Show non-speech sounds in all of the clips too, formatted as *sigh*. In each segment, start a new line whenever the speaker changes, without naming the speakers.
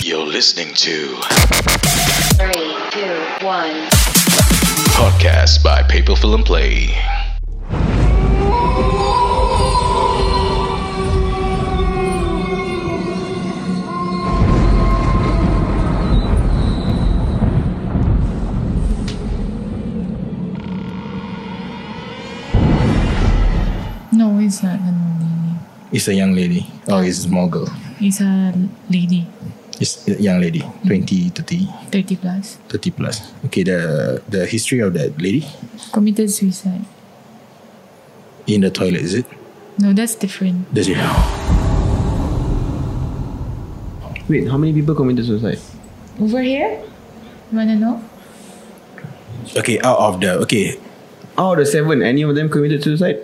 You're listening to
Three, two, one.
podcast by Paper Film Play.
No, it's not an old lady.
It's a young lady. Oh, it's a small girl.
It's a lady,
It's a young lady, 20, 30,
30 plus,
30 plus. Okay, the the history of that lady
committed suicide.
in the toilet, is it?
No, that's different.
Does it?
Wait, how many people committed suicide?
Over here? Wanna know?
Okay, out of the okay,
Out of seven, any of them committed suicide?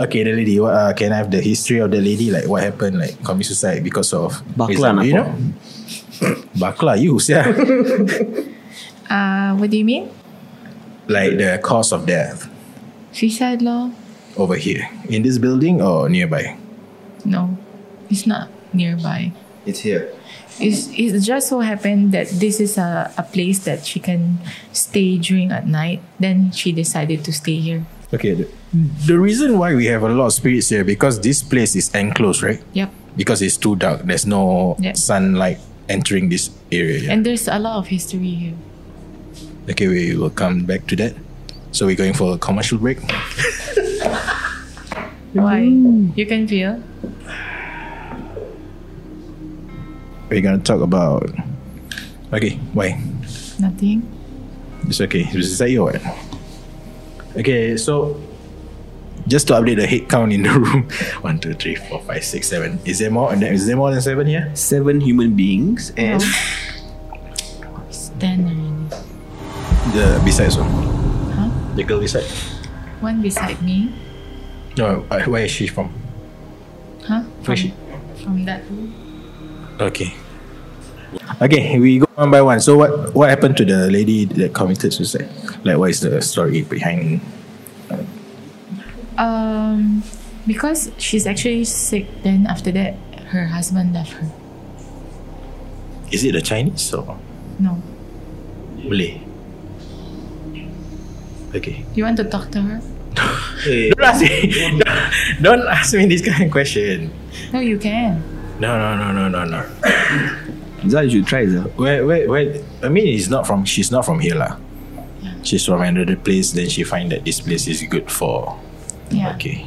okay, the lady. What uh, can I have the history of the lady? Like what happened? Like commit suicide because of
Bakla nak
you know?
apa?
*coughs* Bakla, you yeah.
Uh, what do you mean?
*laughs* like the cause of death
Suicide law?
over here in this building or nearby.
No, it's not nearby.
It's here.
It's, it just so happened that this is a, a place that she can stay during at night. Then she decided to stay here.
Okay. The, the reason why we have a lot of spirits here because this place is enclosed, right?
Yep.
because it's too dark. There's no
Yeah.
sunlight entering this area. yeah.
And there's a lot of history here.
okay, we will come back to that. So we're going for a commercial break.
Why? You can feel?
We're gonna talk about. Okay, why?
Nothing.
It's okay. Is that you or what? eh? Okay, so just to update the head count in the *laughs* room, one, two, three, four, five, six, seven. Is there more? Is there more than seven here?
Seven human beings and
Stand already.
The besides one.
Huh?
The girl beside.
One beside me.
No, uh, where is she from?
Huh?
Where
From,
is she?
from that room.
Okay. Okay, we go one by one. So what what happened to the lady that committed suicide? Like what is the story behind
Um, because she's actually sick. Then after that, her husband left her.
is it a Chinese or
No,
Malay? Okay.
you want to talk to her?
Don't ask me *laughs* don't ask me this kind of question.
No, you can.
No no no no no no.
*laughs* Zal, you should try Zal.
Where where where I mean it's not from she's not from here lah. She's from another place, then she find that this place is good for
Yeah.
okay.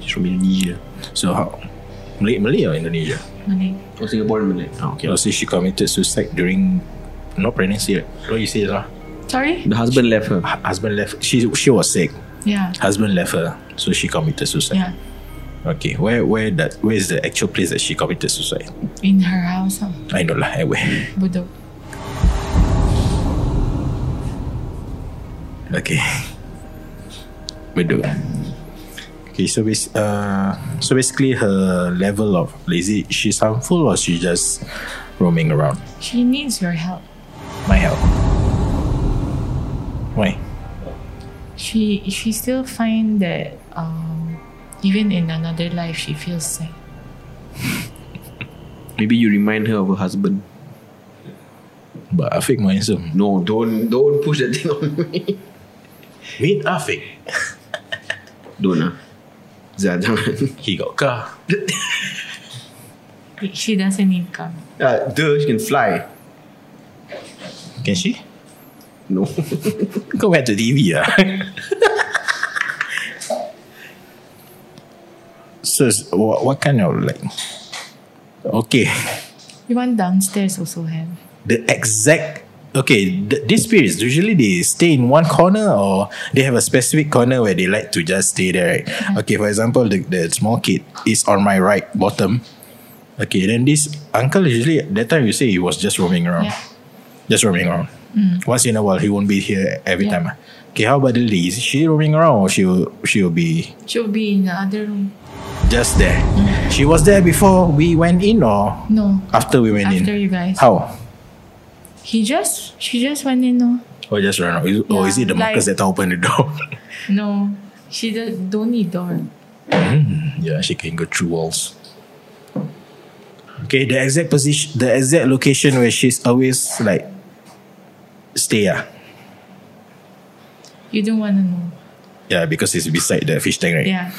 She's from Indonesia. So how Malay, Malay or Indonesia?
Malay.
Or Oh, Singaporean Malay.
Okay, so she committed suicide during no pregnancy. right? What you say, lah?
Sorry.
The husband left her.
Hu- Husband left. She she was sick.
Yeah.
Husband left her, so she committed suicide.
Yeah.
Okay, where where that where is the actual place that she committed suicide?
In her house, huh?
I know lah. Anyway,
Budok.
*laughs* okay. Bedok. Okay, so bas- uh, so basically her level of lazy, she's harmful or she just roaming around.
She needs your help.
My help. Why?
She she still find that um, even in another life she feels sick.
Maybe you remind her of her husband.
But Afiq more handsome.
No, don't don't push that thing on me.
Meet Afiq.
*laughs* Don't ah. Zal, jangan.
He got car.
She doesn't need car.
*laughs* Uh, duh, she can fly.
Can she?
*laughs* No.
Kau back to ah. TV lah *laughs* So s- what, what kind of like Okay
You want downstairs also have.
The exact Okay th- These spirits Usually they stay in one corner Or they have a specific corner Where they like to just stay there right?
Mm-hmm.
Okay for example the, the small kid Is on my right bottom Okay then this Uncle usually That time you say He was just roaming around
Yeah. Mm.
just roaming around. Once in a while, he won't be here every
Yeah.
time. ah. Okay, how about the lady? Is she roaming around or she will, she will be
She'll be in the other room.
just there?
Mm.
She was there before we went in or
No.
after we went
After you
in?
guys.
How?
He just she just went in no.
Or Oh, just run out? Is- Or is
Yeah,
it the Marcus
like-
that opened the *laughs* door?
No. She just don't need door.
yeah, she can go through walls. Okay, the exact position, the exact location where she's always like stay. Ah,
You don't want to know.
yeah, because it's beside the fish tank, right?
Yeah.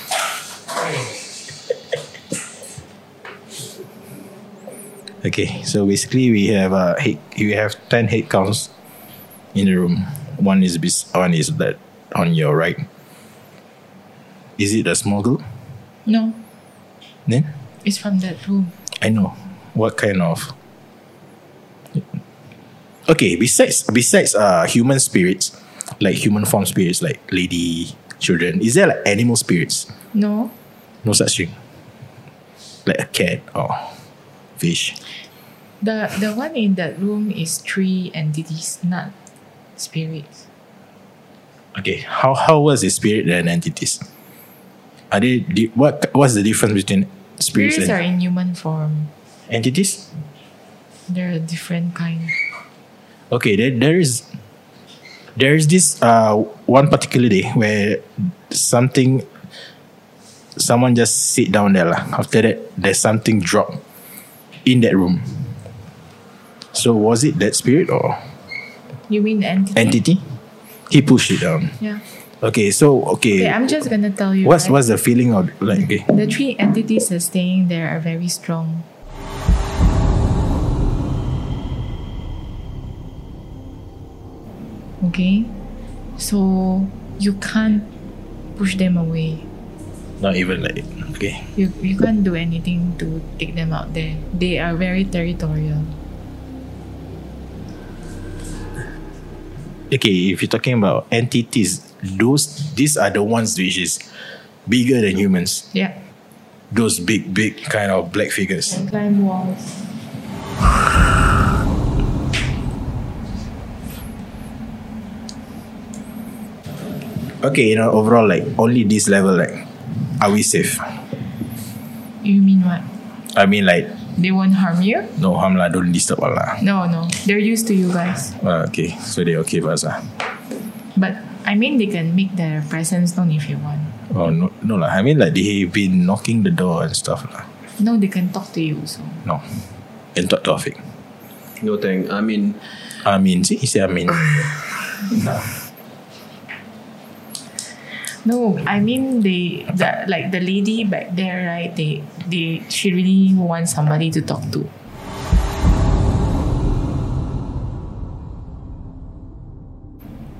Okay, so basically we have uh head, we have ten head counts in the room. One is bes- one is that on your right. Is it a small group?
No,
Then
it's from that room.
I know what kind of. Okay, besides besides uh human spirits, like human form spirits, like lady, children, is there like animal spirits?
No,
No such thing. Like a cat or fish.
the the one in that room is three entities, not spirits.
Okay, how how was the spirit and entities? Are they di- what what's the difference between spirits,
Spirits are
and
in human form.
entities?
They're a different kind.
Okay, there, there is there is this uh one particular day where something someone just sit down there lah. After that, there's something drop in that room. So was it that spirit or
You mean entity?
entity? He pushed it down.
Yeah.
Okay, so okay,
Okay, I'm just gonna tell you.
what's
right?
what's the feeling of like? Okay.
The three entities that are staying there are very strong. Okay? So you can't push them away.
Not even like okay.
You, you can't do anything to take them out there. They are very territorial.
okay, if you're talking about entities, those these are the ones which is bigger than humans.
Yeah.
Those big, big kind of black figures.
Climb walls.
Okay, you know, overall, like only this level, like, are we safe?
You mean what?
I mean, like,
They won't harm you?
no harm lah, don't disturb Allah.
No, no. They're used to you guys.
Uh, okay, so they okay with us ah.
But I mean, they can make their presence known if you want.
Oh no, no lah. I mean, like they been knocking the door and stuff lah.
No, they can talk to you also.
No, and talk to Afiq.
No thank. I mean,
I mean, see, he said I mean.
No, I mean they the, like the lady back there, right? They they she really wants somebody to talk to.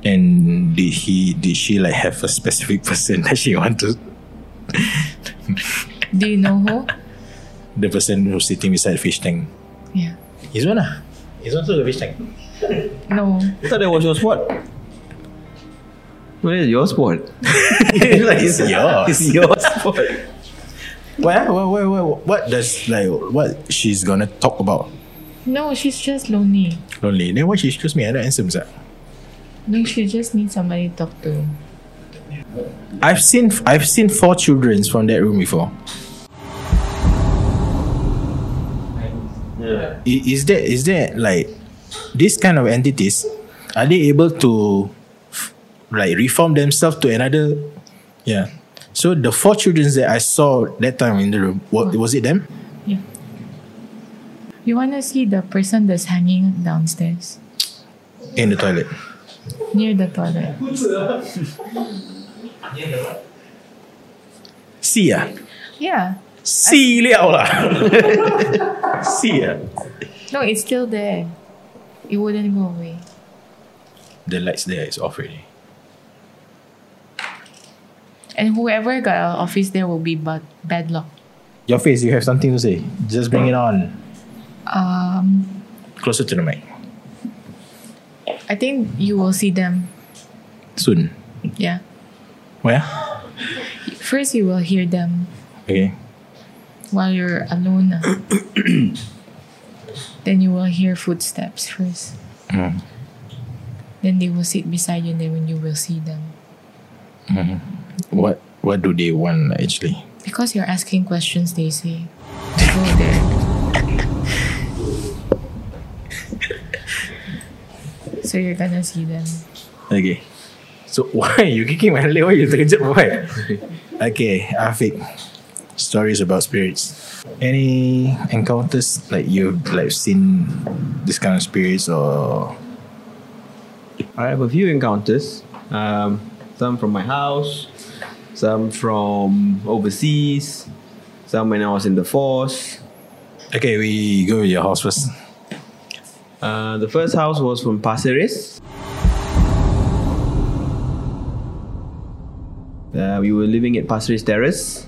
And did he? Did she like have a specific *laughs* person that she want to?
Do you know who?
The person who's sitting beside fish tank.
Yeah.
This one ah. This one also the fish tank.
No.
I thought that was your spot. Where is your spot?
*laughs* it's yours.
It's your spot.
What, what, what, what, what does like what she's gonna talk about?
No, she's just lonely.
Lonely. Then why she choose me? I don't answer. Mzak.
No, she just needs somebody to talk to.
I've seen I've seen four children from that room before. I- Is there is there like this kind of entities? Are they able to f- like reform themselves to another? Yeah. So the four children that I saw that time in the room, what was it them?
Yeah. You wanna see the person that's hanging downstairs
In the toilet.
near the toilet?
See ya.
Yeah.
See liao lah. *laughs* See ya.
No, it's still there. It wouldn't go away.
The lights there is off already.
And whoever got out of office there will be bad, bad luck.
Your face, you have something to say. Just bring it on.
Um,
Closer to the mic.
I think you will see them.
Soon.
Yeah.
Where?
First, you will hear them
Okay.
while you're alone. uh, then you will hear footsteps first. Then they will sit beside you, and then when you will see them.
What what do they want actually?
Because you're asking questions, they say, go there. so you're gonna see them.
Okay. So *laughs* why you kicking *laughs* my leg? Why you terkejut why? okay, Afiq. Stories about spirits. Any encounters like you've like seen this kind of spirits or
I have a few encounters. Um, some from my house, some from overseas, some when I was in the force.
Okay, we go with your house first.
Uh, the first house was from Pasir Ris. Uh, we were living at Pasir Ris Terrace,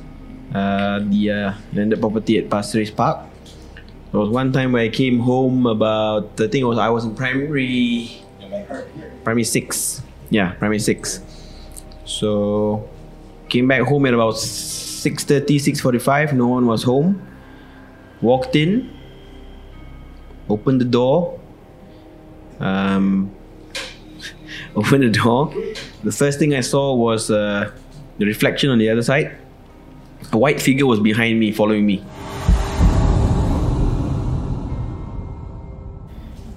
uh, the uh, landed property at Pasir Ris Park. There was one time where I came home about I think it was I was in primary primary six. Yeah, primary six. So came back home at about 6.30, 6.45. No one was home. Walked in, opened the door. Um, opened the door. The first thing I saw was uh, the reflection on the other side. A white figure was behind me, following me.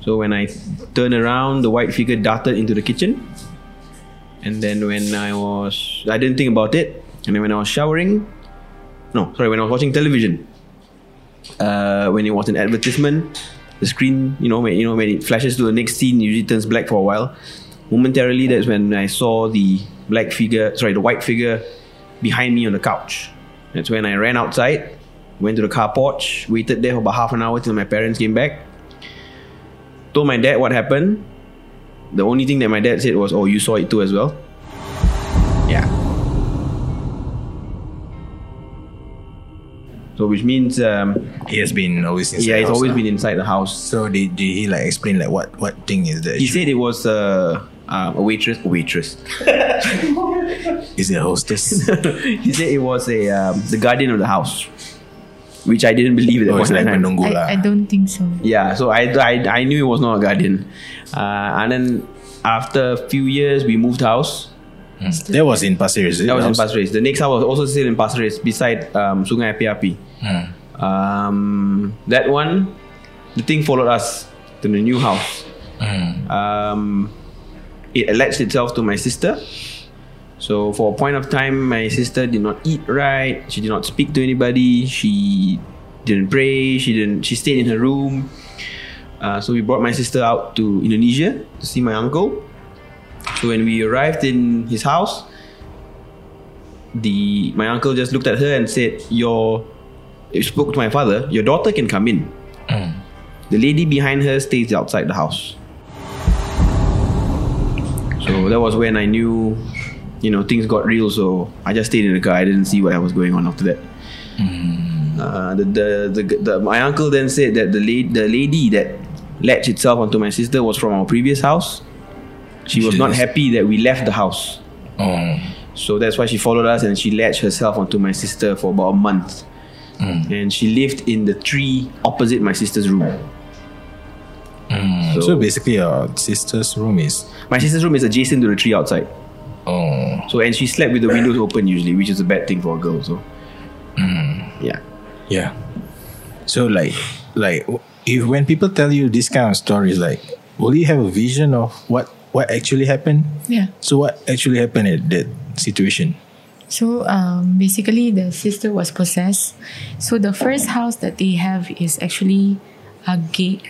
So when I turned around, the white figure darted into the kitchen. And then when I was, I didn't think about it. And then when I was showering, no, sorry, when I was watching television, uh, when it was an advertisement, the screen, you know, when, you know, when it flashes to the next scene, usually turns black for a while. Momentarily, that's when I saw the black figure, sorry, the white figure behind me on the couch. That's when I ran outside, went to the car porch, waited there for about half an hour till my parents came back. Told my dad what happened. The only thing that my dad said was, "Oh, you saw it too as well." Yeah. So which means um,
He has been always inside.
yeah, it's
house,
always
lah.
been inside the house.
So did, did he like explain like what what thing is that?
He said it was uh, uh, a waitress. A waitress. *laughs*
is it a hostess?
he said it was a um, the guardian of the house, which I didn't believe at that
or is
point
it
in
Oh, like
time.
penunggu lah?
I, I don't think so.
Yeah, so I, I, I knew it was not a guardian. Uh, and then after a few years, we moved house.
That was in Pasir Ris.
That was in Pasir Ris. The next house was also still in Pasir Ris, beside um, Sungai Api Api. Um, that one, the thing followed us to the new house. Um, it attached itself to my sister. So for a point of time, my sister did not eat right. She did not speak to anybody. She didn't pray. She didn't. She stayed in her room. Uh, so we brought my sister out to Indonesia to see my uncle. So when we arrived in his house, the my uncle just looked at her and said, "Your," he spoke to my father. Your daughter can come in. The lady behind her stays outside the house. So that was when I knew, you know, things got real. So I just stayed in the car. I didn't see what was going on after that. Uh, the, the, the, the, my uncle then said that the, la- the lady that latched itself onto my sister was from our previous house. She was not
Jesus.
happy that we left the house.
Oh.
So that's why she followed us and she latched herself onto my sister for about a month. And she lived in the tree opposite my sister's room.
Mm, So,
So-
basically, your sister's room is.
My sister's room is adjacent to the tree outside.
Oh.
So and she slept with the windows open usually, which is a bad thing for a girl. So yeah,
Yeah. So like like if when people tell you this kind of stories, like will you have a vision of what what actually happened?
Yeah.
So what actually happened at that situation?
So um, basically, the sister was possessed. So the first house that they have is actually a gate.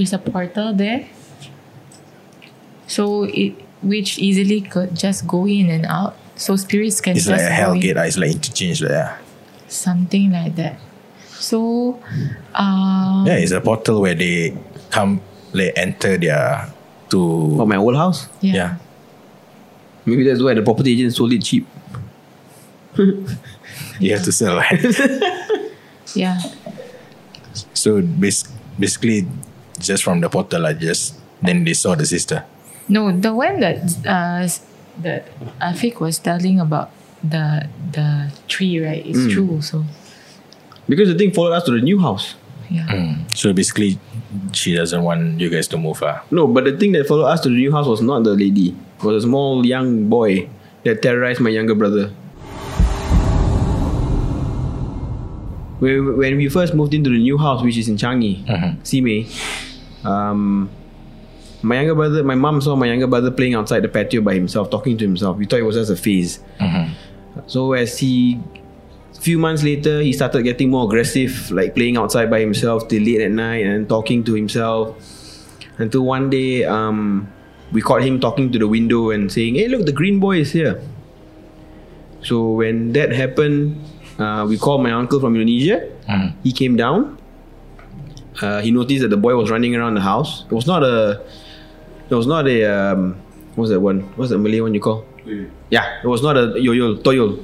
There's a portal there. So it which easily could just go in and out. So spirits can
It's
just
like a hell
go in.
gate. ah, It's like interchange. Like, yeah.
something like that. So
Oh.
uh,
yeah, it's a portal where they come, they enter their to.
for my old house,
yeah.
yeah.
maybe that's why the property agent sold it cheap.
You have to
*laughs*
sell.
yeah.
so bas- basically, just from the portal, I just then they saw the sister.
No, the one that uh, s- that Afik was telling about the the tree, right?
Mm.
It's true also.
Because the thing followed us to the new house.
Yeah.
Hmm. So basically, she doesn't want you guys to move ah. her.
No, but the thing that followed us to the new house was not the lady. It was a small young boy that terrorized my younger brother. When when we first moved into the new house, which is in Changi, Simei, um, my younger brother, my mom saw my younger brother playing outside the patio by himself, talking to himself. We thought it was just a phase. So as he Few months later, he started getting more aggressive, like playing outside by himself till late at night and talking to himself. Until one day, um, we caught him talking to the window and saying, "Hey, look, the green boy is here." So when that happened, uh, we called my uncle from Indonesia. He came down. Uh, he noticed that the boy was running around the house. It was not a. It was not a. Um, what's that one? What's that Malay one you call? Yeah, it was not a yoyol, toyol.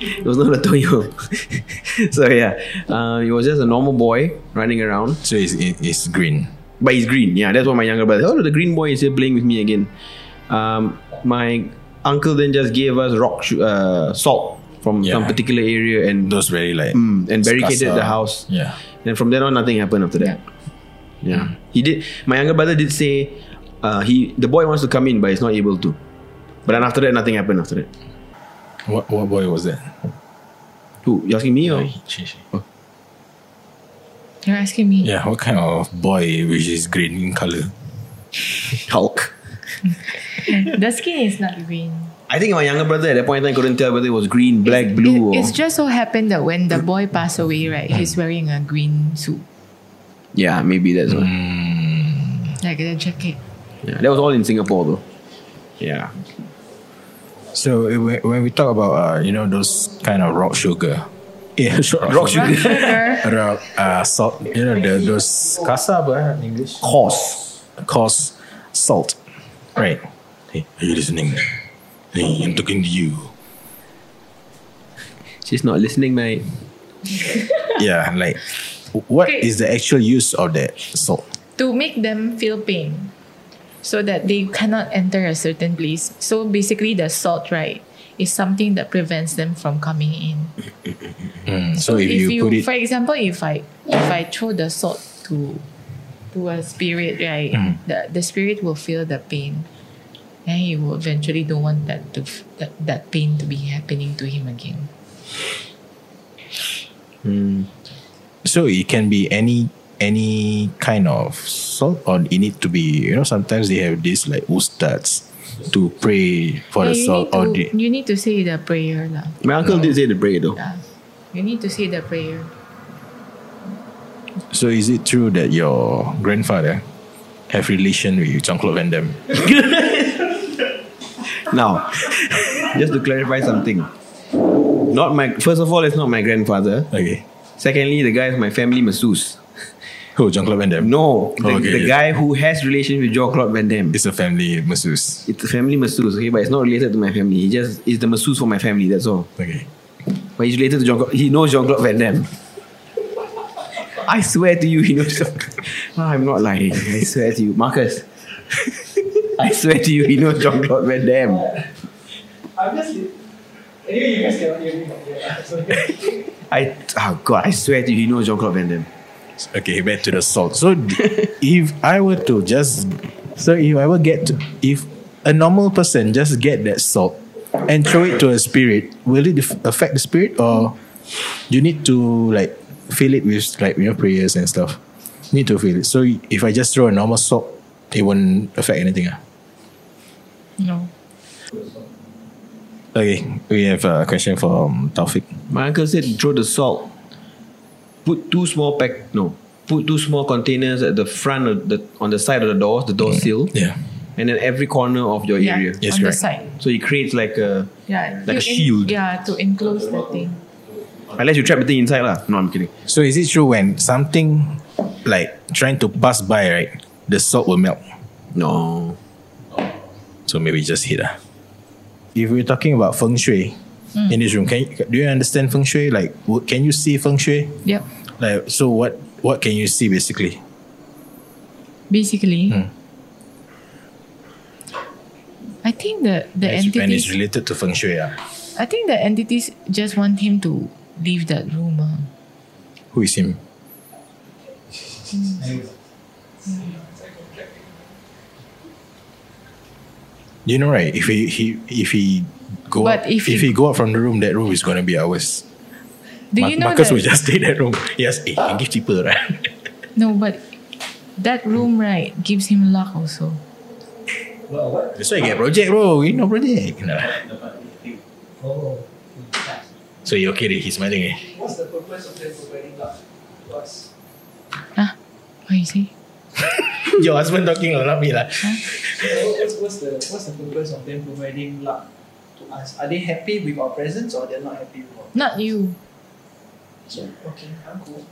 it was not a toyol. *laughs* so yeah, uh, it was just a normal boy running around.
So it's, it- it's green.
But he's green. Yeah, that's what my younger brother. Oh, the green boy is here playing with me again. Um, my uncle then just gave us rock sh- uh, salt from
Yeah.
some particular area and
Those very like
Mm, and barricaded
Skasa.
the house.
Yeah.
And from then on, nothing happened after that. Yeah, he did. My younger brother did say uh, he the boy wants to come in, but he's not able to. But then after that, nothing happened. After that,
What what boy was that?
who you asking me or?
You're asking me.
Yeah. What kind of boy which is green in color?
Hulk.
*laughs* The skin is not green.
I think my younger brother at that point in time couldn't tell whether it was green, black,
It,
blue, or Hmm.
it's just so happened that when the boy passed away, right, he's wearing a green suit,
yeah, maybe that's why.
Mm.
like a
*laughs*
jacket.
Yeah, that was all in Singapore though. Yeah.
So eh, when when we talk about uh, you know those kind of rock sugar, yeah, *laughs* rock
Brown sugar.
rock uh, salt. You know the those kasa apa eh, in English? Coarse, coarse salt. Right. Hey, are you listening? Hey, I'm talking to you.
She's not listening, mate.
Yeah, like what
Okay.
is the actual use of that salt?
to make them feel pain so that they cannot enter a certain place. So basically, the salt, right, is something that prevents them from coming in.
So if, you, put it
for example, if I if I throw the salt to to a spirit, right,
Mm-hmm.
the the spirit will feel the pain, and he will eventually don't want that to f- that that pain to be happening to him again.
So it can be any any kind of salt, or it need to be you know sometimes they have this like ustads to pray for
Yeah,
the
you,
salt or
need
the
to, you need to say the prayer lah.
My uncle did say the break though.
Yeah. You need to say the prayer.
So is it true that your grandfather have relation with Jean Claude Van Damme?
Now, *laughs* just to clarify something. Not my first of all, it's not my grandfather.
Okay.
Secondly, the guy is my family masseuse.
Who Jean Claude Van Damme?
No, the,
Okay,
the
yes.
guy who has relation with Jean Claude Van Damme.
it's a family masseuse.
It's a family masseuse, okay, but it's not related to my family. He just is the masseuse for my family. That's all.
Okay.
But he's related to Jean Claude. He knows Jean Claude Van Damme. I swear to you, he knows. Jean- Ah, I'm not lying. I swear to you, Marcus. I swear to you, he knows Jean Claude Van Damme. I oh god, I swear to you, he knows Jean Claude Van Damme.
Okay, back to the salt. So *laughs* d- if I were to just so if I were get to, if a normal person just get that salt and throw it to a spirit, will it def- affect the spirit or you need to like fill it with like you know prayers and stuff? Need to fill it. So if I just throw a normal salt, it won't affect anything. ah?
No.
Okay, we have a question from Taufik.
My uncle said throw the salt. Put two small pack no. Put two small containers at the front of the on the side of the doors, the door sill.
Yeah.
And then every corner of your area.
Oh, Yes,
on the
correct.
side.
So it creates like a
Yeah. to
Like a shield.
yeah, to enclose the thing.
unless you trap the thing inside lah. No, I'm kidding.
So is it true when something like trying to pass by, right? The salt will melt.
No.
So maybe just hit ah. If we're talking about feng shui
Mm.
in this room, can you, do you understand feng shui? Like, w- can you see feng shui?
Yep.
Like, so what? What can you see basically? Hmm.
Basically. I think the the
It's- and it's
entities
related to feng shui. Ah,
I think the entities just want him to leave that room. ah.
who is him? You know, right? If he, he if he go
But
out-
if
if
he-
he go out from the room, that room is gonna be ours.
Do
Mar-
you know
Marcus
that?
will just stay in that room. *laughs* Yes, eh, can give cheaper, right? *laughs*
no, but that room right gives him luck also.
That's why you get project bro. We no project. You know. So you okay? that He's smiling. Eh? *laughs*
What's the purpose of them providing love to us?
Huh? What you say?
Your husband talking lah, not me lah.
What- What's, what's, the, what's the purpose of them providing love to us? Are they happy with our presence or they're not happy with our
Not you.
So, okay, I'm cool.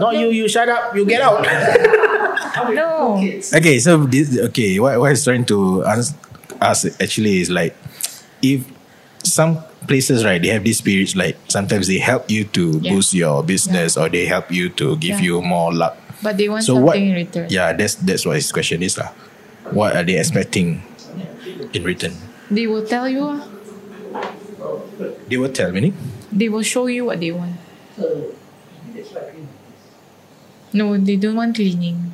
Not you. You shut up. You get out.
How with
No.
no kids?
*laughs* Okay, so this okay, what what I was trying to ans- ask actually is like if some places right they have these spirits like sometimes they help you to
Yeah.
boost your business or they help you to give
Yeah.
you more luck.
But they want
so
something
what?
in return.
Yeah, that's that's what his question is lah. What are they expecting in return?
They will tell you. ah.
They will tell me.
They will show you what they want. No, they don't want cleaning.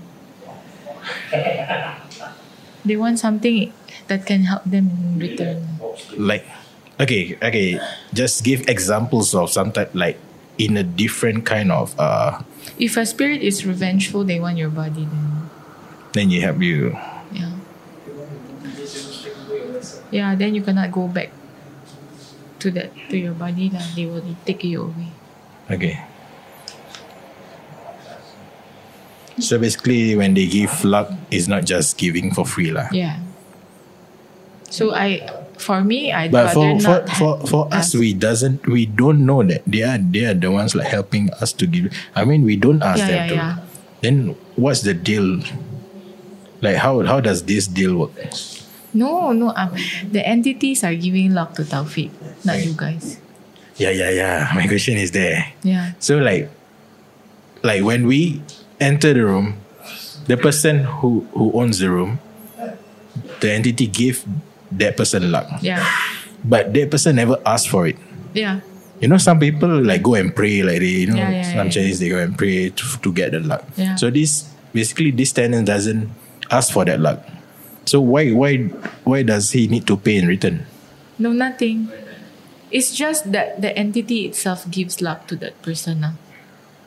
*laughs* They want something that can help them in return.
Like okay, okay, just give examples of some type like in a different kind of uh
If a spirit is revengeful, they want your body then.
then you help you.
Yeah. Yeah, then you cannot go back to that to your body lah. They will take you away.
Okay. So basically, when they give luck, it's not just giving for free, lah.
Yeah. So I, for me, I'd
But for
rather
for,
not.
for for us, we doesn't we don't know that they are they are the ones like helping us to give. I mean, we don't ask
Yeah,
them
yeah,
to.
yeah.
Then what's the deal? Like how how does this deal work?
no, no. Um, the entities are giving luck to Taufik, not you guys.
Yeah, yeah, yeah. My question is there.
Yeah.
So like, like when we enter the room, the person who who owns the room, the entity give that person luck,
Yeah.
but that person never asked for it.
Yeah.
You know, some people like go and pray, like they, you know,
Yeah, yeah,
some
yeah.
Chinese they go and pray to, to get the luck.
Yeah.
So this basically this tenant doesn't ask for that luck. So why why why does he need to pay in return?
No, nothing. It's just that the entity itself gives luck to that person. ah.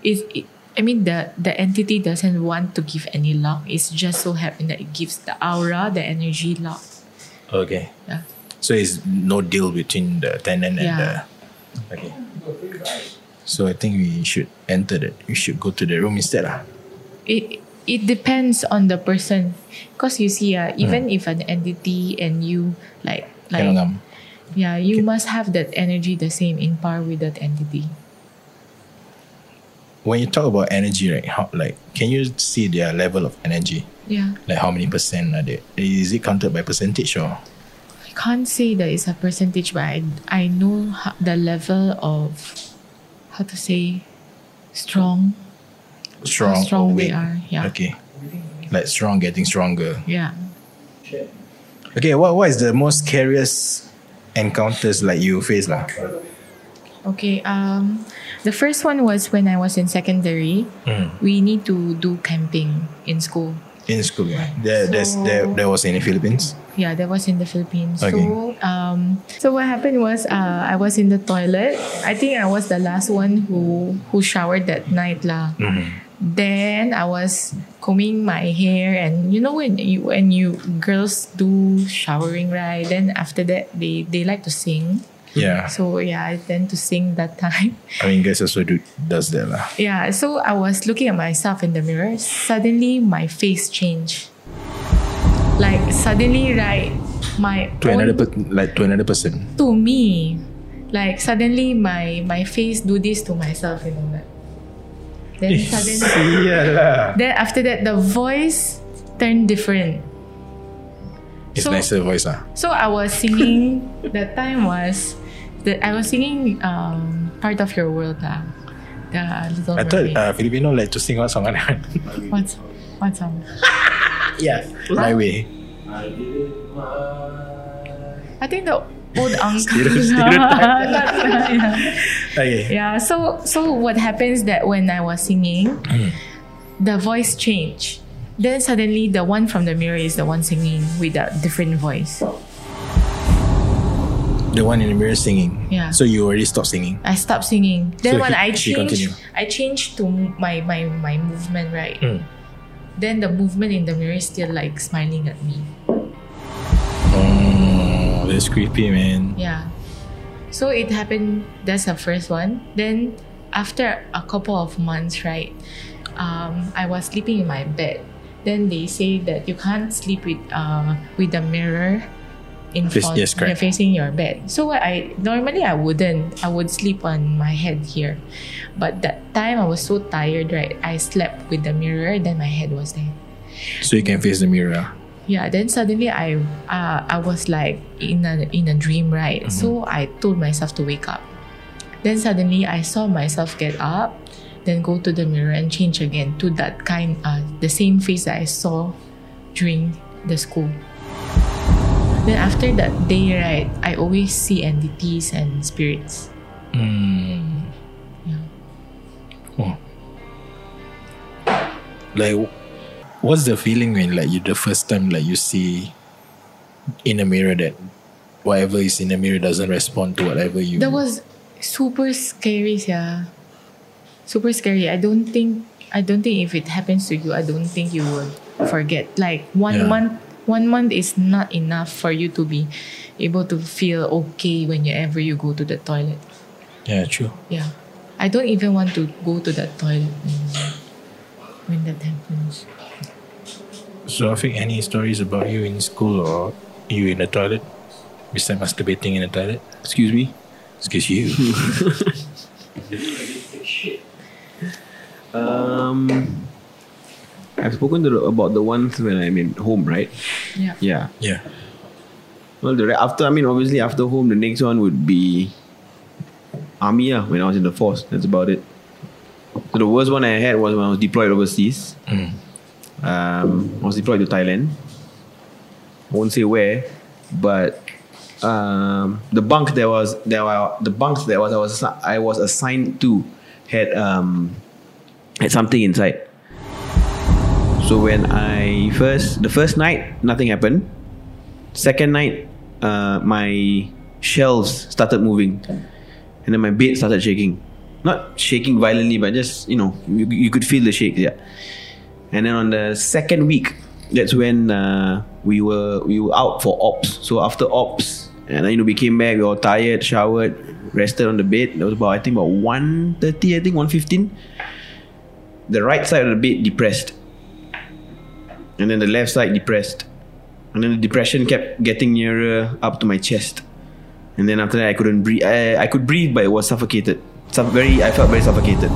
It, it, I mean, the, the entity doesn't want to give any luck. It's just so happened that it gives the aura, the energy luck.
Okay.
Yeah.
So it's no deal between the tenant and
Yeah.
the. Okay. So I think we should enter the. We should go to the room instead, lah.
It, it depends on the person. Because you see, ah, even if an entity and you, like, like
Cannot come.
yeah, you must have that energy the same in par with that entity.
When you talk about energy, right? How like can you see their level of energy?
Yeah.
Like how many percent are they? Is it counted by percentage or?
I can't say that it's a percentage, but I, I know ho- the level of how to say strong.
strong,
How strong
or
they
weak.
are, yeah.
Okay. Like strong getting stronger.
Yeah.
Okay, what what is the most scariest encounters like you face lah?
Okay. Um, the first one was when I was in secondary.
Mm.
We need to do camping in school.
In school, yeah. There, there's, there, there was in the Philippines.
Yeah, that was in the Philippines. So,
Okay.
um, so what happened was, uh, I was in the toilet. I think I was the last one who who showered that night lah.
Mm-hmm.
Then I was combing my hair, and you know when you when you girls do showering right, then after that they they like to sing.
Yeah,
So yeah, I tend to sing that time. *laughs*
I mean, guys also do does that lah.
Yeah, so I was looking at myself in the mirror. Suddenly, my face changed. Like suddenly, right, my
To
own-
another per- like to another person.
to me, like suddenly my my face do this to myself, you know that. Then suddenly,
yeah lah.
then after that, the voice turned different.
It's
So-
nicer voice ah. lah.
So I was singing. *laughs* that time was that I was singing um, part of your world lah. The little
I thought
Mermaid.
uh, Filipino like to sing what song kan?
*laughs* What's what's on?
yeah, my way.
I think the
*laughs*
old uncle. *laughs*
Stereo- stereotype. Okay.
yeah. So so what happens that when I was singing,
Mm.
the voice changed. Then suddenly the one from the mirror is the one singing with a different voice.
The one in the mirror singing.
Yeah.
So you already stopped singing.
I stopped singing. Then
So
when
he-
I
she
changed,
continue.
I changed to my my my movement right.
Mm.
Then the movement in the mirror is still like smiling at me.
Oh, that's creepy, man.
Yeah. So it happened. That's the first one. Then after a couple of months, right, um, I was sleeping in my bed. Then they say that you can't sleep with uh, with the mirror in
Face-
front,
yes, correct.
yeah, facing your bed. So what I normally I wouldn't. I would sleep on my head here, but that time I was so tired, right? I slept with the mirror. Then my head was there.
So you can face the mirror.
Yeah, then suddenly I uh, I was like in a in a dream, right? So I told myself to wake up. Then suddenly I saw myself get up, then go to the mirror and change again to that kind uh, the same face that I saw during the school. Then after that day, right, I always see entities and spirits.
Like, what's the feeling when like you the first time like you see in a mirror that whatever is in the mirror doesn't respond to whatever you.
That was super scary, yeah. Super scary. I don't think I don't think if it happens to you, I don't think you will forget. Like one
Yeah.
month one month is not enough for you to be able to feel okay whenever you go to the toilet.
yeah, true.
Yeah. I don't even want to go to that toilet anymore when that happens.
So I think any stories about you in school or you in the toilet, besides masturbating in the toilet?
Excuse me.
Excuse you.
*laughs* Um, I've spoken to the, about the ones when I'm in home, right?
Yeah.
Yeah.
yeah.
Well, the re- after I mean, obviously after home, the next one would be army. Yeah, when I was in the force, that's about it. So the worst one I had was when I was deployed overseas. Um, I was deployed to Thailand. I won't say where, but um, the bunk there was there were the bunks that was I was assi- I was assigned to had um, had something inside. So when I first the first night nothing happened. Second night, uh, my shelves started moving, and then my bed started shaking. Not shaking violently, but just you know, you, you could feel the shake. Yeah. And then on the second week, that's when uh, we were we were out for ops. So after ops, and then you know we came back, we were tired, showered, rested on the bed. That was about I think about 1.30, I think one fifteen. The right side of the bed depressed, and then the left side depressed. And then the depression kept getting nearer up to my chest. And then after that, I couldn't breathe. I, I could breathe, but it was suffocated. Suff- very, I felt very suffocated.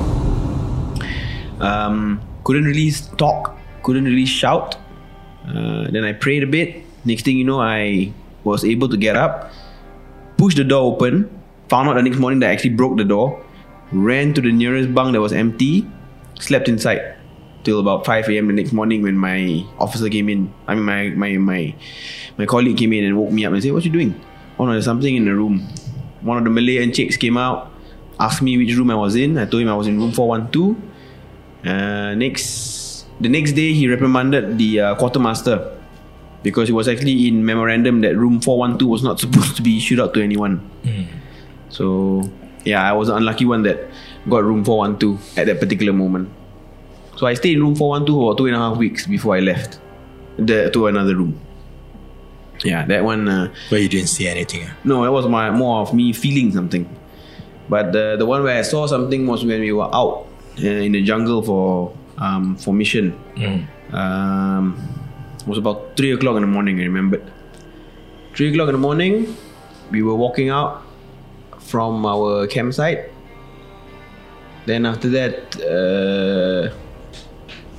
Um, couldn't really talk. Couldn't really shout. Uh, then I prayed a bit. Next thing you know, I was able to get up, pushed the door open. Found out the next morning that I actually broke the door. Ran to the nearest bunk that was empty. Slept inside till about 5 a.m. the next morning when my officer came in. I mean, my my my my colleague came in and woke me up and said, "What you doing?" Oh no, there's something in the room. One of the Malay chicks came out, asked me which room I was in. I told him I was in room 412. Uh, next, the next day he reprimanded the uh, quartermaster because it was actually in memorandum that room 412 was not supposed to be issued out to anyone. So yeah, I was the unlucky one that got room 412 at that particular moment. So I stayed in room 412 for about two and a half weeks before I left the, to another room. Yeah, that one. Uh,
But you didn't see anything. ah?
no, that was my more of me feeling something. But the the one where I saw something was when we were out uh, in the jungle for um, for mission. Um, it was about three o'clock in the morning. I remembered. Three o'clock in the morning, we were walking out from our campsite. Then after that, uh,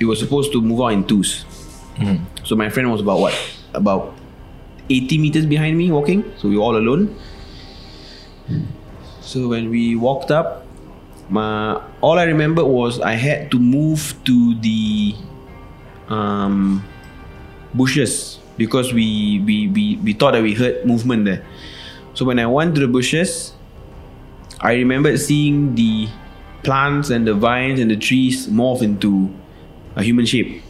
we were supposed to move out in twos. So my friend was about what? About 80 meters behind me walking. So we were all alone. So when we walked up, my, all I remember was I had to move to the um, bushes because we, we, we, we thought that we heard movement there. So when I went to the bushes, I remembered seeing the plants and the vines and the trees morph into a human shape.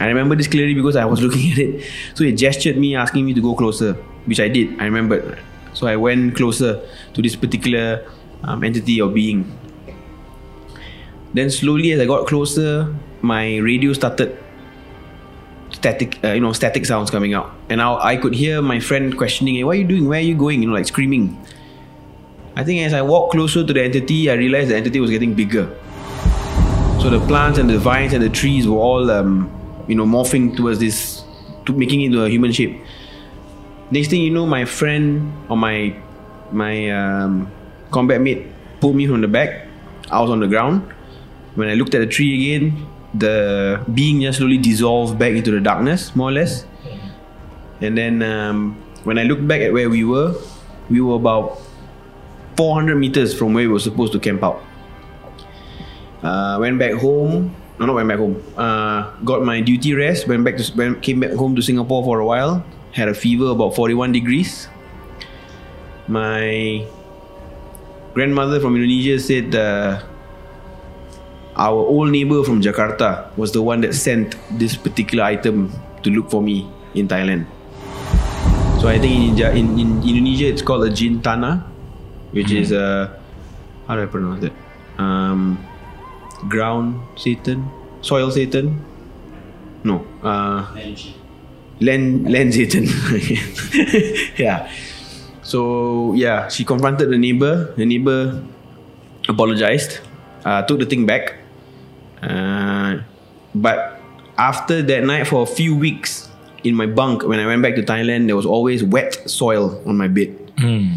I remember this clearly because I was *laughs* looking at it. So it gestured me, asking me to go closer, which I did. I remembered. So I went closer to this particular um, entity or being. Then slowly, as I got closer, my radio started static, uh, you know, static sounds coming out, and I, I could hear my friend questioning, "Hey, what are you doing? Where are you going?" You know, like screaming. I think as I walked closer to the entity, I realized the entity was getting bigger. So the plants and the vines and the trees were all, um, you know, morphing towards this, to making it into a human shape. Next thing you know, my friend or my my um, combat mate pulled me from the back. I was on the ground. When I looked at the tree again, the being just slowly dissolved back into the darkness, more or less. And then um, when I looked back at where we were, we were about 400 meters from where we were supposed to camp out. Uh, went back home. No, not went back home. Uh, got my duty rest. Went back to went, came back home to Singapore for a while. Had a fever about 41 degrees. My grandmother from Indonesia said uh, our old neighbor from Jakarta was the one that sent this particular item to look for me in Thailand. So I think in, Ja- in, in Indonesia it's called a jintana, which is a how do I pronounce it? Um, ground satan, soil satan. No, uh, land land satan. *laughs* yeah. So yeah, she confronted the neighbor. The neighbor apologized, uh, took the thing back. Uh, but after that night, for a few weeks in my bunk, when I went back to Thailand, there was always wet soil on my bed.
Hmm.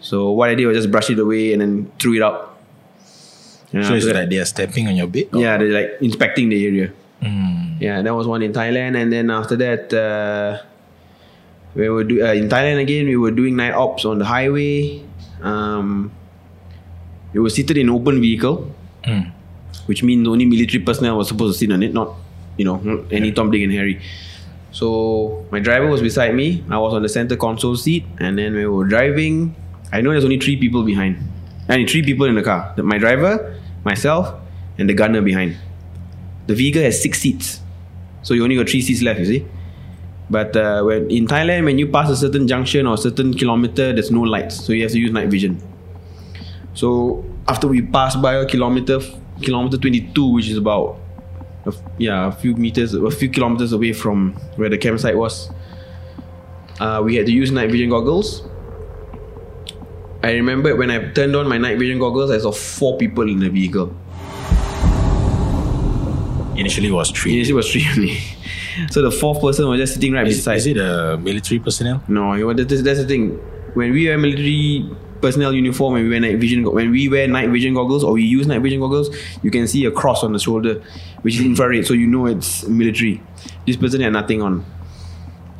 So what I did was just brush it away and then threw it out. And
So it's
after that-
like they are stepping on your bed. Hmm. or-
yeah, they're like inspecting the area. Yeah, that was one in Thailand, and then after that, uh, we were do- uh, in Thailand again. We were doing night ops on the highway. Um, we were seated in open vehicle,
Mm.
which means only military personnel was supposed to sit on it, not you know not any Tom, Dick, and Harry. So my driver was beside me. I was on the center console seat, and then we were driving. I know there's only three people behind. I mean, three people in the car: The- my driver, myself, and the gunner behind. The vehicle has six seats, so you only got three seats left. You see. But uh, when in Thailand, when you pass a certain junction or a certain kilometer, there's no lights, so you have to use night vision. So after we passed by a kilometer, kilometer 22, which is about a f- yeah a few meters, a few kilometers away from where the campsite was, uh, we had to use night vision goggles. I remember when I turned on my night vision goggles, I saw four people in the vehicle. *laughs*
Initially it was three.
Initially, it was three only. so the fourth person was just sitting right
Is,
beside.
is it a military personnel?
No, you know, that- that's, that's the thing. When we wear military personnel uniform and we wear night vision, go- when we wear night vision goggles or we use night vision goggles, you can see a cross on the shoulder, which is infrared, so you know it's military. This person had nothing on,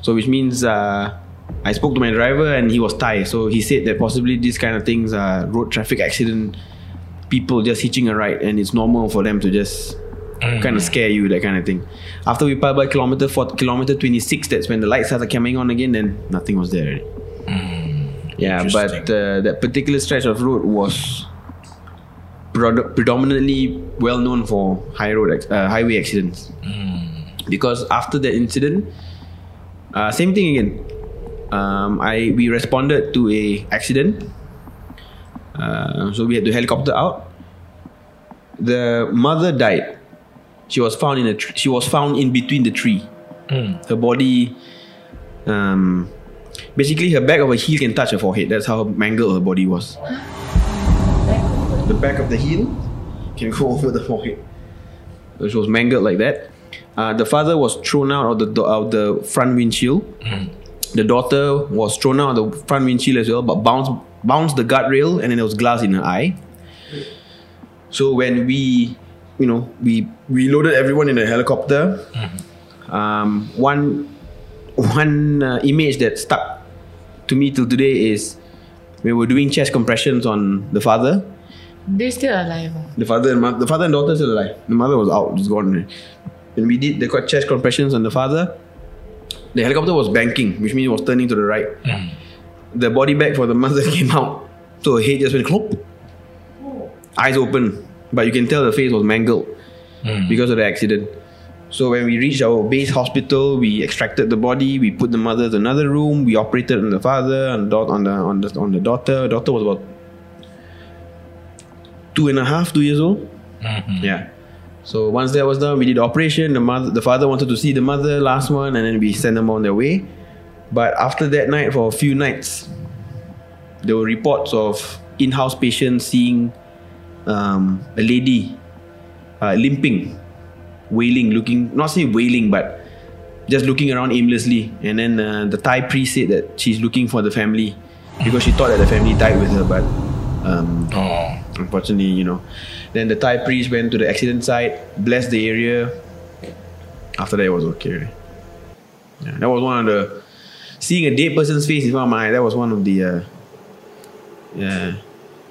so which means uh, I spoke to my driver and he was Thai, so he said that possibly these kind of things are road traffic accident, people just hitching a ride, and it's normal for them to just. Kind of scare you, that kind of thing. After we passed by kilometer four, kilometer twenty six, that's when the lights started coming on again. Then nothing was there. already. Yeah,
Interesting.
but uh, that particular stretch of road was prod- predominantly well known for high road ac- uh, highway accidents because after that incident, uh, same thing again. Um, I we responded to a accident, uh, so we had to helicopter out. The mother died. She was found in a tr- she was found in between the tree. Her body um, basically her back of her heel can touch her forehead. That's how mangled her body was. The back of the heel can go *laughs* over the forehead. So she was mangled like that. Uh, the father was thrown out of the do- of the front windshield. The daughter was thrown out of the front windshield as well, but bounced bounced the guardrail, and then there was glass in her eye. So when we, you know, we we loaded everyone in the helicopter. Um, one one uh, image that stuck to me till today is we were doing chest compressions on the father.
They're still alive. ah.
The father and mo- the father and daughter still alive. The mother was out, just gone. already. When we did the co- chest compressions on the father, the helicopter was banking, which means it was turning to the right. The body bag for the mother *laughs* came out, so her head just went clop. Eyes open, but you can tell the face was mangled because of the accident. So when we reached our base hospital, we extracted the body. We put the mother to another room. We operated on the father and dot on the on the on the daughter. Daughter was about two and a half, two years old. Yeah. So once that was done, we did the operation. The mother, the father wanted to see the mother last one, and then we sent them on their way. But after that night, for a few nights, there were reports of in-house patient seeing um, a lady uh, limping, wailing, looking not say wailing, but just looking around aimlessly. And then uh, the Thai priest said that she's looking for the family because she thought that the family died with her, but um,
Oh.
unfortunately, you know. Then the Thai priest went to the accident site, blessed the area. After that, it was okay. already. Yeah, that was one of the seeing a dead person's face in front of my eye. That was one of the uh, yeah,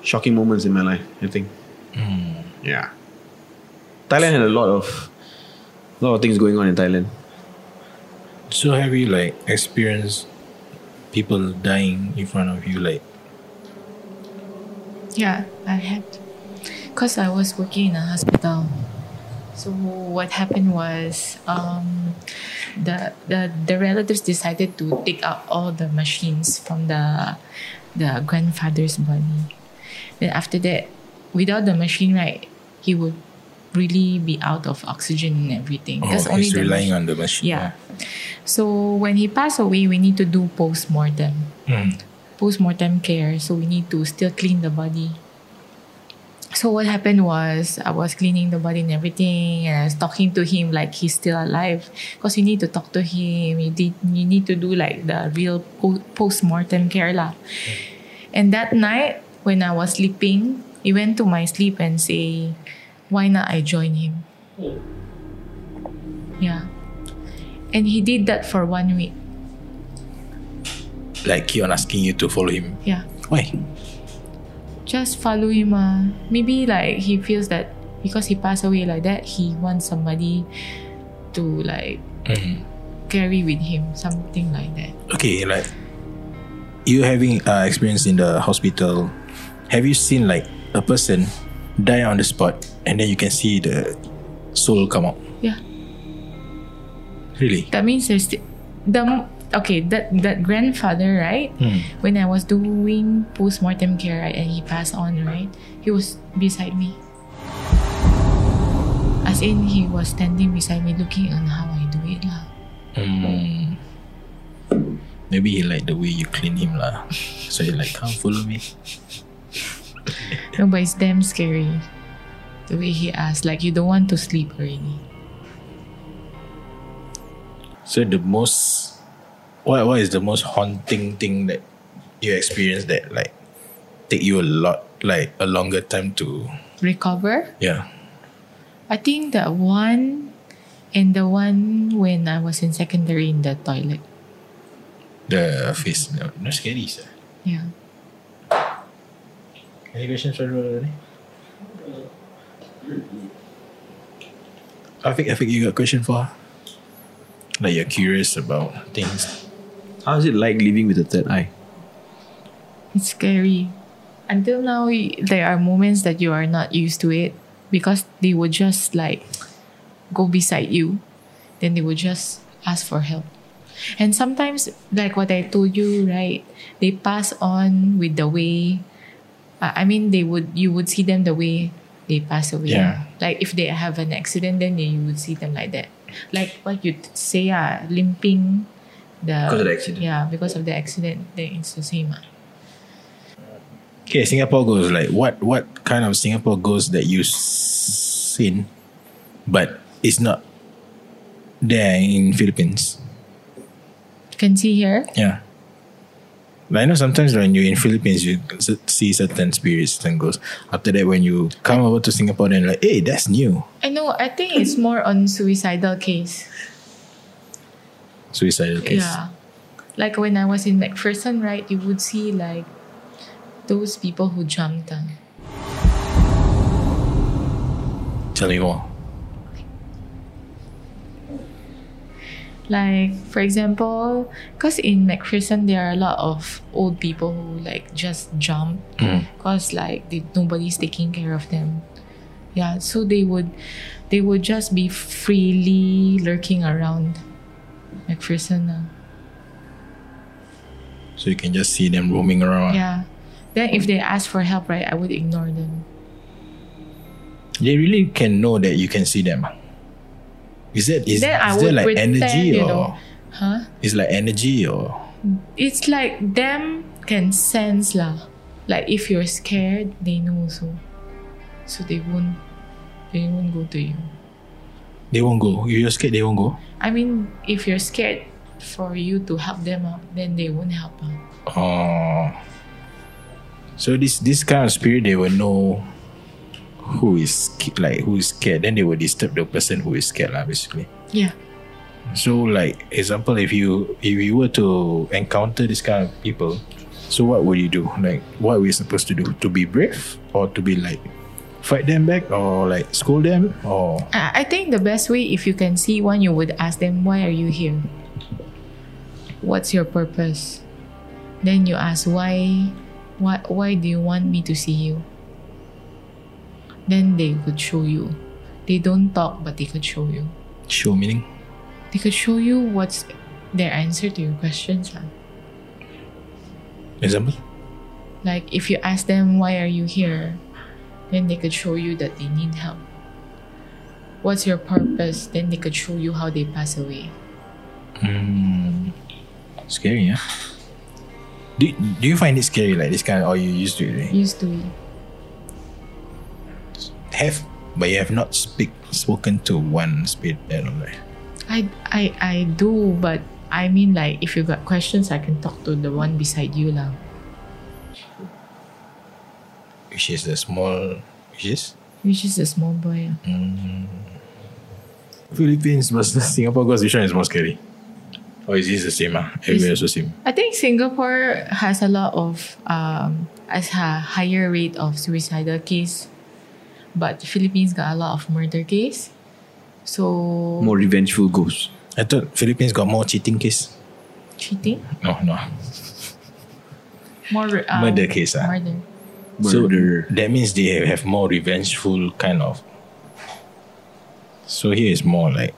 shocking moments in my life. I think. Hmm. Yeah, Thailand had a lot of lot of things going on in Thailand.
So have you like experienced people dying in front of you like
Yeah, I had. Because I was working in a hospital. So what happened was um, the, the the relatives decided to take out all the machines from the the grandfather's body. Then after that, without the machine, right, he would really be out of oxygen and everything.
oh,
Because
he's
the
relying
mach-
on the machine.
Yeah. So when he passed away, we need to do post mortem
Mm.
post-mortem care so we need to still clean the body so what happened was i was cleaning the body and everything and i was talking to him like he's still alive because you need to talk to him you, did, you need to do like the real po- post-mortem care lah. and that night when i was sleeping he went to my sleep and say why not i join him
Oh,
yeah and he did that for one week
Like keep on asking you to follow him.
yeah
Why?
just follow him ah. Maybe like he feels that because he passed away like that, he wants somebody to like
Mm.
carry with him, something like that.
Okay, like you having uh, experience in the hospital, have you seen like a person die on the spot and then you can see the soul come out?
Yeah,
Really?
that means there's sti- the m- okay that that grandfather right. When I was doing post mortem care right, and he passed on right, he was beside me. As in, he was standing beside me, looking on how I do it lah.
Mm. Maybe he like the way you clean him lah. So he like come follow me.
No, but it's damn scary. The way he asked, like you don't want to sleep already.
So the most what what is the most haunting thing that you experience that like take you a lot like a longer time to
Recover.
yeah.
I think that one and the one when I was in secondary in the toilet.
The face no, no scary sir.
Yeah.
Any questions for Rodney? I think I think you got a question for her. Like you're curious about things.
How is it like living with a third eye?
It's scary. Until now, y- there are moments that you are not used to it because they would just like go beside you. Then they would just ask for help. And sometimes, like what I told you, right? They pass on with the way. Uh, I mean, they would you would see them the way they pass away.
Yeah.
Like if they have an accident, then you would see them like that. Like what you t- say, ah, limping. The,
Because of the accident.
Yeah, because of the accident, then it's the same. ah.
Okay, Singapore goes like what what kind of Singapore goes that you seen but it's not there in Philippines.
can see here.
Yeah. But I know sometimes when you're in Philippines, you s- see certain spirits, certain ghosts. After that, when you come over to Singapore, then like, hey, that's new.
I know. I think it's more on suicidal case.
Suicidal case.
Yeah, like when I was in McPherson, right? You would see like those people who jumped. ah.
Tell me more.
Like for example, because in McPherson there are a lot of old people who like just jump because like they, nobody's taking care of them. Yeah, so they would they would just be freely lurking around McPherson. ah.
So you can just see them roaming around.
Yeah. Then if they ask for help, right, I would ignore them.
They really can know that you can see them. Is that is,
then I
is
would
there like
pretend,
energy
you
or
know. Huh?
it's like energy or
It's like them can sense lah. Like if you're scared, they know so, so they won't, they won't go to you.
They won't go. If you're scared, they won't go.
I mean, if you're scared for you to help them out, then they won't help out.
Oh. So this this kind of spirit, they will know who is sca- like who is scared. Then they will disturb the person who is scared, lah, basically.
Yeah.
So, like example, if you if you were to encounter this kind of people, so what would you do? Like, what are we supposed to do? To be brave or to be like fight them back or like scold them or
I I think the best way, if you can see one, you would ask them, Why are you here? What's your purpose? Then you ask, Why, why, why do you want me to see you? Then they could show you. They don't talk, but they could show you.
show meaning?
They could show you what's their answer to your questions. lah.
Example.
Like if you ask them, Why are you here? Then they could show you that they need help. What's your purpose? Then they could show you how they pass away.
Scary, yeah. Do, do you find it scary like this kind, or you used to it? already?
Used to it.
Have, but you have not speak spoken to one spirit at all. Right?
I, I, I do, but I mean, like, if you got questions, I can talk to the one beside you, lah.
Which is the small, which is
Which is a small boy. ah.
Philippines versus *laughs* Singapore. Because which one is more scary? Or is this the same? Ah, everywhere
It's-
also same.
I think Singapore has a lot of um, has a higher rate of suicidal case, but Philippines got a lot of murder case. So
More revengeful ghosts.
I thought Philippines got more cheating case.
cheating,
No, no.
more um,
Murder case, ah.
Murder.
Murder.
So that means they have- have more revengeful kind of. So here is more like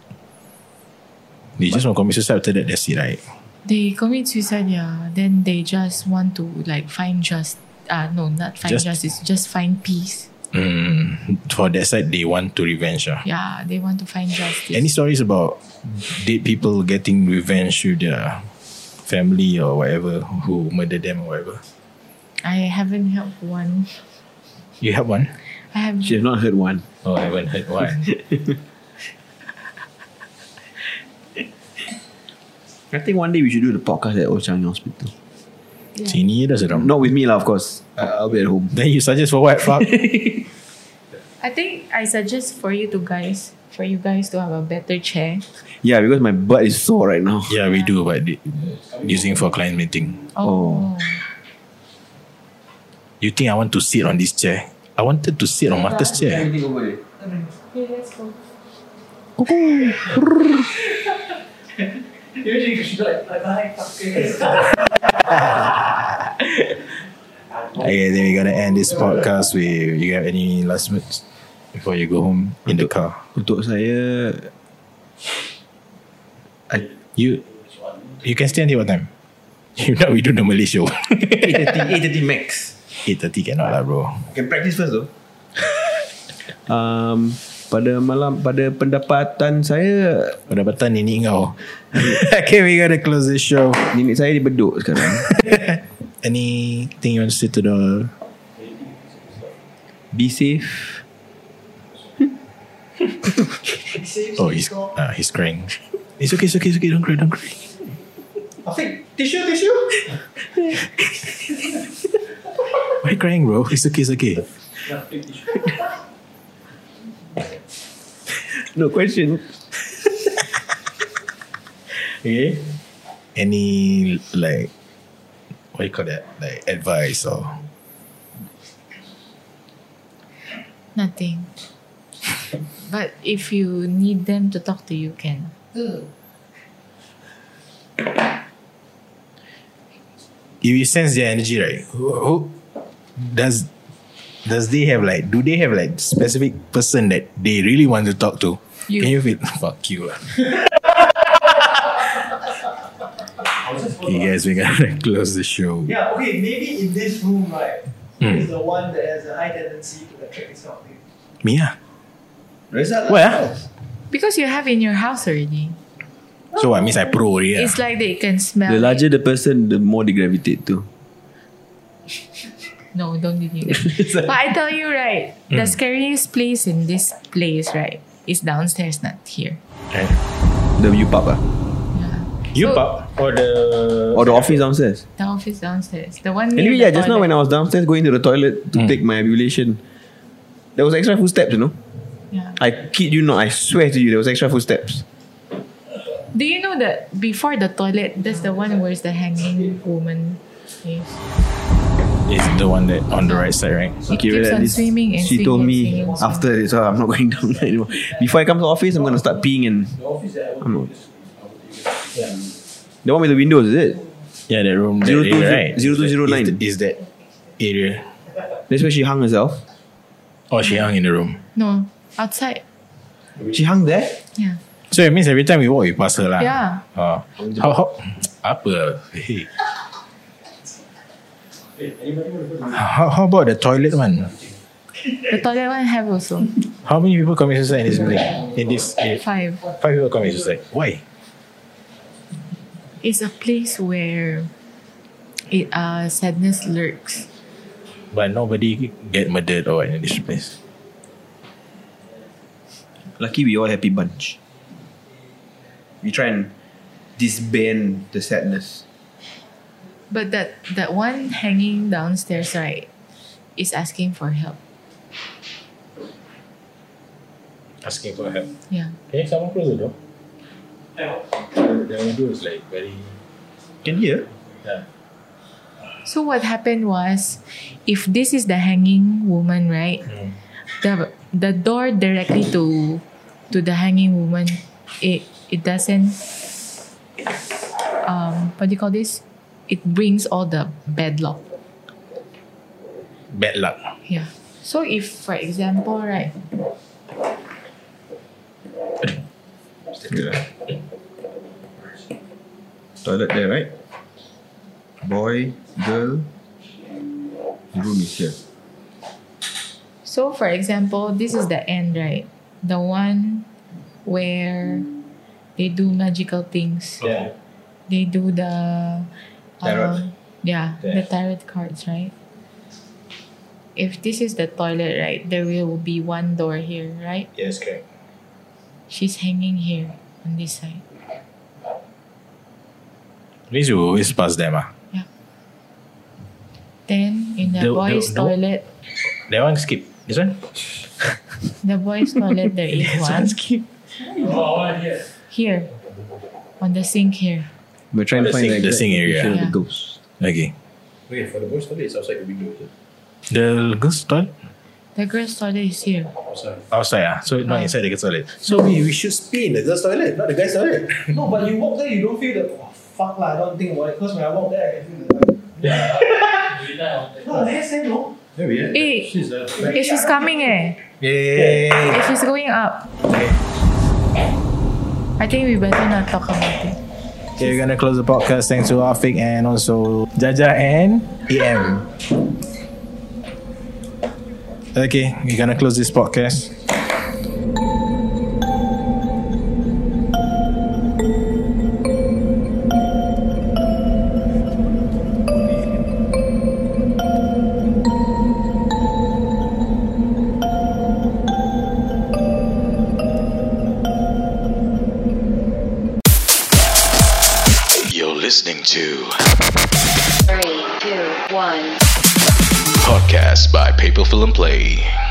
they just want to commit suicide after that. That's it, right?
They commit suicide, yeah. Then they just want to like find just uh no, not find
Just-
justice, just find peace.
Mm, for that side, they want to revenge. ah.
Yeah, they want to find justice.
Any stories about dead people getting revenge to their family or whatever who murdered them or whatever?
I haven't helped one.
You have one?
I have
She has not heard one.
Oh, I haven't heard one.
I think one day we should do the podcast at Old Changi Hospital.
Sini dah sedap.
Not with me lah, of course. I- I'll be at home.
um. Then you suggest for what? Fuck.
I think I suggest for you to guys for you guys to have a better chair.
Yeah, because my butt is sore right now.
*laughs* yeah, we do, but the- using for client meeting.
Oh.
You think I want to sit on this chair? I wanted to sit on Marcus' chair.
Okay, let's go.
Usually you should like, like behind fucking. *laughs*
Okay, then we're gonna end this podcast with you have any last words before you go home in the car?
Untuk saya,
You you can stay until what time? *laughs* If not, we do the Malay show. *laughs*
8.30 max.
8.30 cannot lah bro.
Can practice first though. *laughs* um, pada malam pada pendapatan *laughs* saya
Pendapatan ini kau. *laughs* okay, we gotta close this show.
nenek saya di beduk sekarang.
Anything you want to say to the...
Be safe.
Oh, he's, uh, he's crying. It's okay, it's okay, it's okay. Don't cry, don't cry.
Afiq, tissue, tissue.
Why you crying, bro? It's okay, it's okay.
*laughs*
No question.
Okay. Any, like... What you call that? Like, advice or...
*laughs*
Nothing. but if you need them to talk to you can.
If you sense their energy, right? Who, who does... Does they have like? Do they have like specific person that they really want to talk to?
You.
Can you feel? *laughs* Fuck you lah. okay, guys, we gotta close the show.
Yeah, okay, maybe in this room, right, is the one that has a high tendency to attract this kind of thing.
Me ah.
Result
What ah?
Because you have in your house already.
So what means I pro already ah?
It's like they can smell
The
it.
larger the person, the more they gravitate to.
No, don't give me
*laughs*
that. but I tell you, right,
Mm.
the scariest place in this place, right, is downstairs, not here.
The U pub ah.
Yeah.
You
So-
pub or the
Or the office downstairs.
The office downstairs. The one near
Anyway,
the
yeah, Hmm. just now when
toilet.
I was downstairs going to the toilet to take my ablution, there was extra footsteps, you know.
Yeah.
I kid you not, I swear to you, there was extra footsteps.
Do you know that before the toilet, that's the one where's the hanging woman is?
is the one that on the right side, right?
She keeps
well, at
on
least
swimming and
she
swimming
told
and
me
swimming and
after this, oh, I'm not going *laughs* down there anymore. Before I come to the office, I'm gonna start peeing and I'm not. The one with the windows, is it?
Yeah, that room.
Zero
that area,
two zero-
right?
zero two
Is
zero
that-
nine.
Is, that area?
That's where she hung herself.
Oh, she hung in the room.
No, outside.
She hung there.
Yeah.
So it means every time we walk, we pass her
Ah.
lah.
Yeah.
Oh. How, how, apa? Hey. How, how about the toilet one?
The toilet one have also
How many people commit suicide in this building? In this area?
five.
Five people commit suicide. Why?
It's a place where it uh sadness lurks.
But nobody get murdered or what in this place.
Lucky we all happy bunch. We try and disband the sadness.
But that that one hanging downstairs, right, is asking for help.
Asking for help.
Yeah.
Can someone close the door? The window is like very.
Can hear?
Yeah.
So what happened was, if this is the hanging woman, right, the the door directly to to the hanging woman, it it doesn't. Um, what do you call this? It brings all the bad luck.
Bad luck.
Yeah. So if, for example, right,
Toilet there, right? Boy, girl, room is here.
So, for example, this is the end, right? The one where they do magical things.
Yeah.
They do the
Tarot.
um, yeah,
Yeah.
the tarot cards, right? If this is the toilet, right, there will be one door here, right?
Yes, correct.
She's hanging here on this side.
At least you always pass them. Ah.
Then in the,
The- the-
boys'
the-
toilet,
That one skip. This *laughs* one?
the boys' toilet there is one
skip.
Oh,
here, on the sink here.
We're trying
The
to find
sing-
the
the
exact
sing area.
picture of
Yeah.
the ghost.
Okay.
Wait, for the boys' toilet, it's outside the window. Is it?
The girls' toilet?
The girls' toilet is here.
Outside.
Outside, ah. so not inside the girls' toilet.
So we, we should spee in the girls' toilet, not the guys' toilet.
No, but you walk there, you don't feel the oh, fuck lah. I don't think about it because when I walk there, I feel the. no, they say no.
Yeah, we had.
Eh,
She's a
eh, she's coming eh.
Yay!
If it's going up. I think we better not talk about it.
Okay, we're gonna close the podcast. Thanks to Afik and also Jaja and E EM. Okay, we're gonna close this podcast.
You're listening to
Three, two, one.
podcast by Paper Film Play.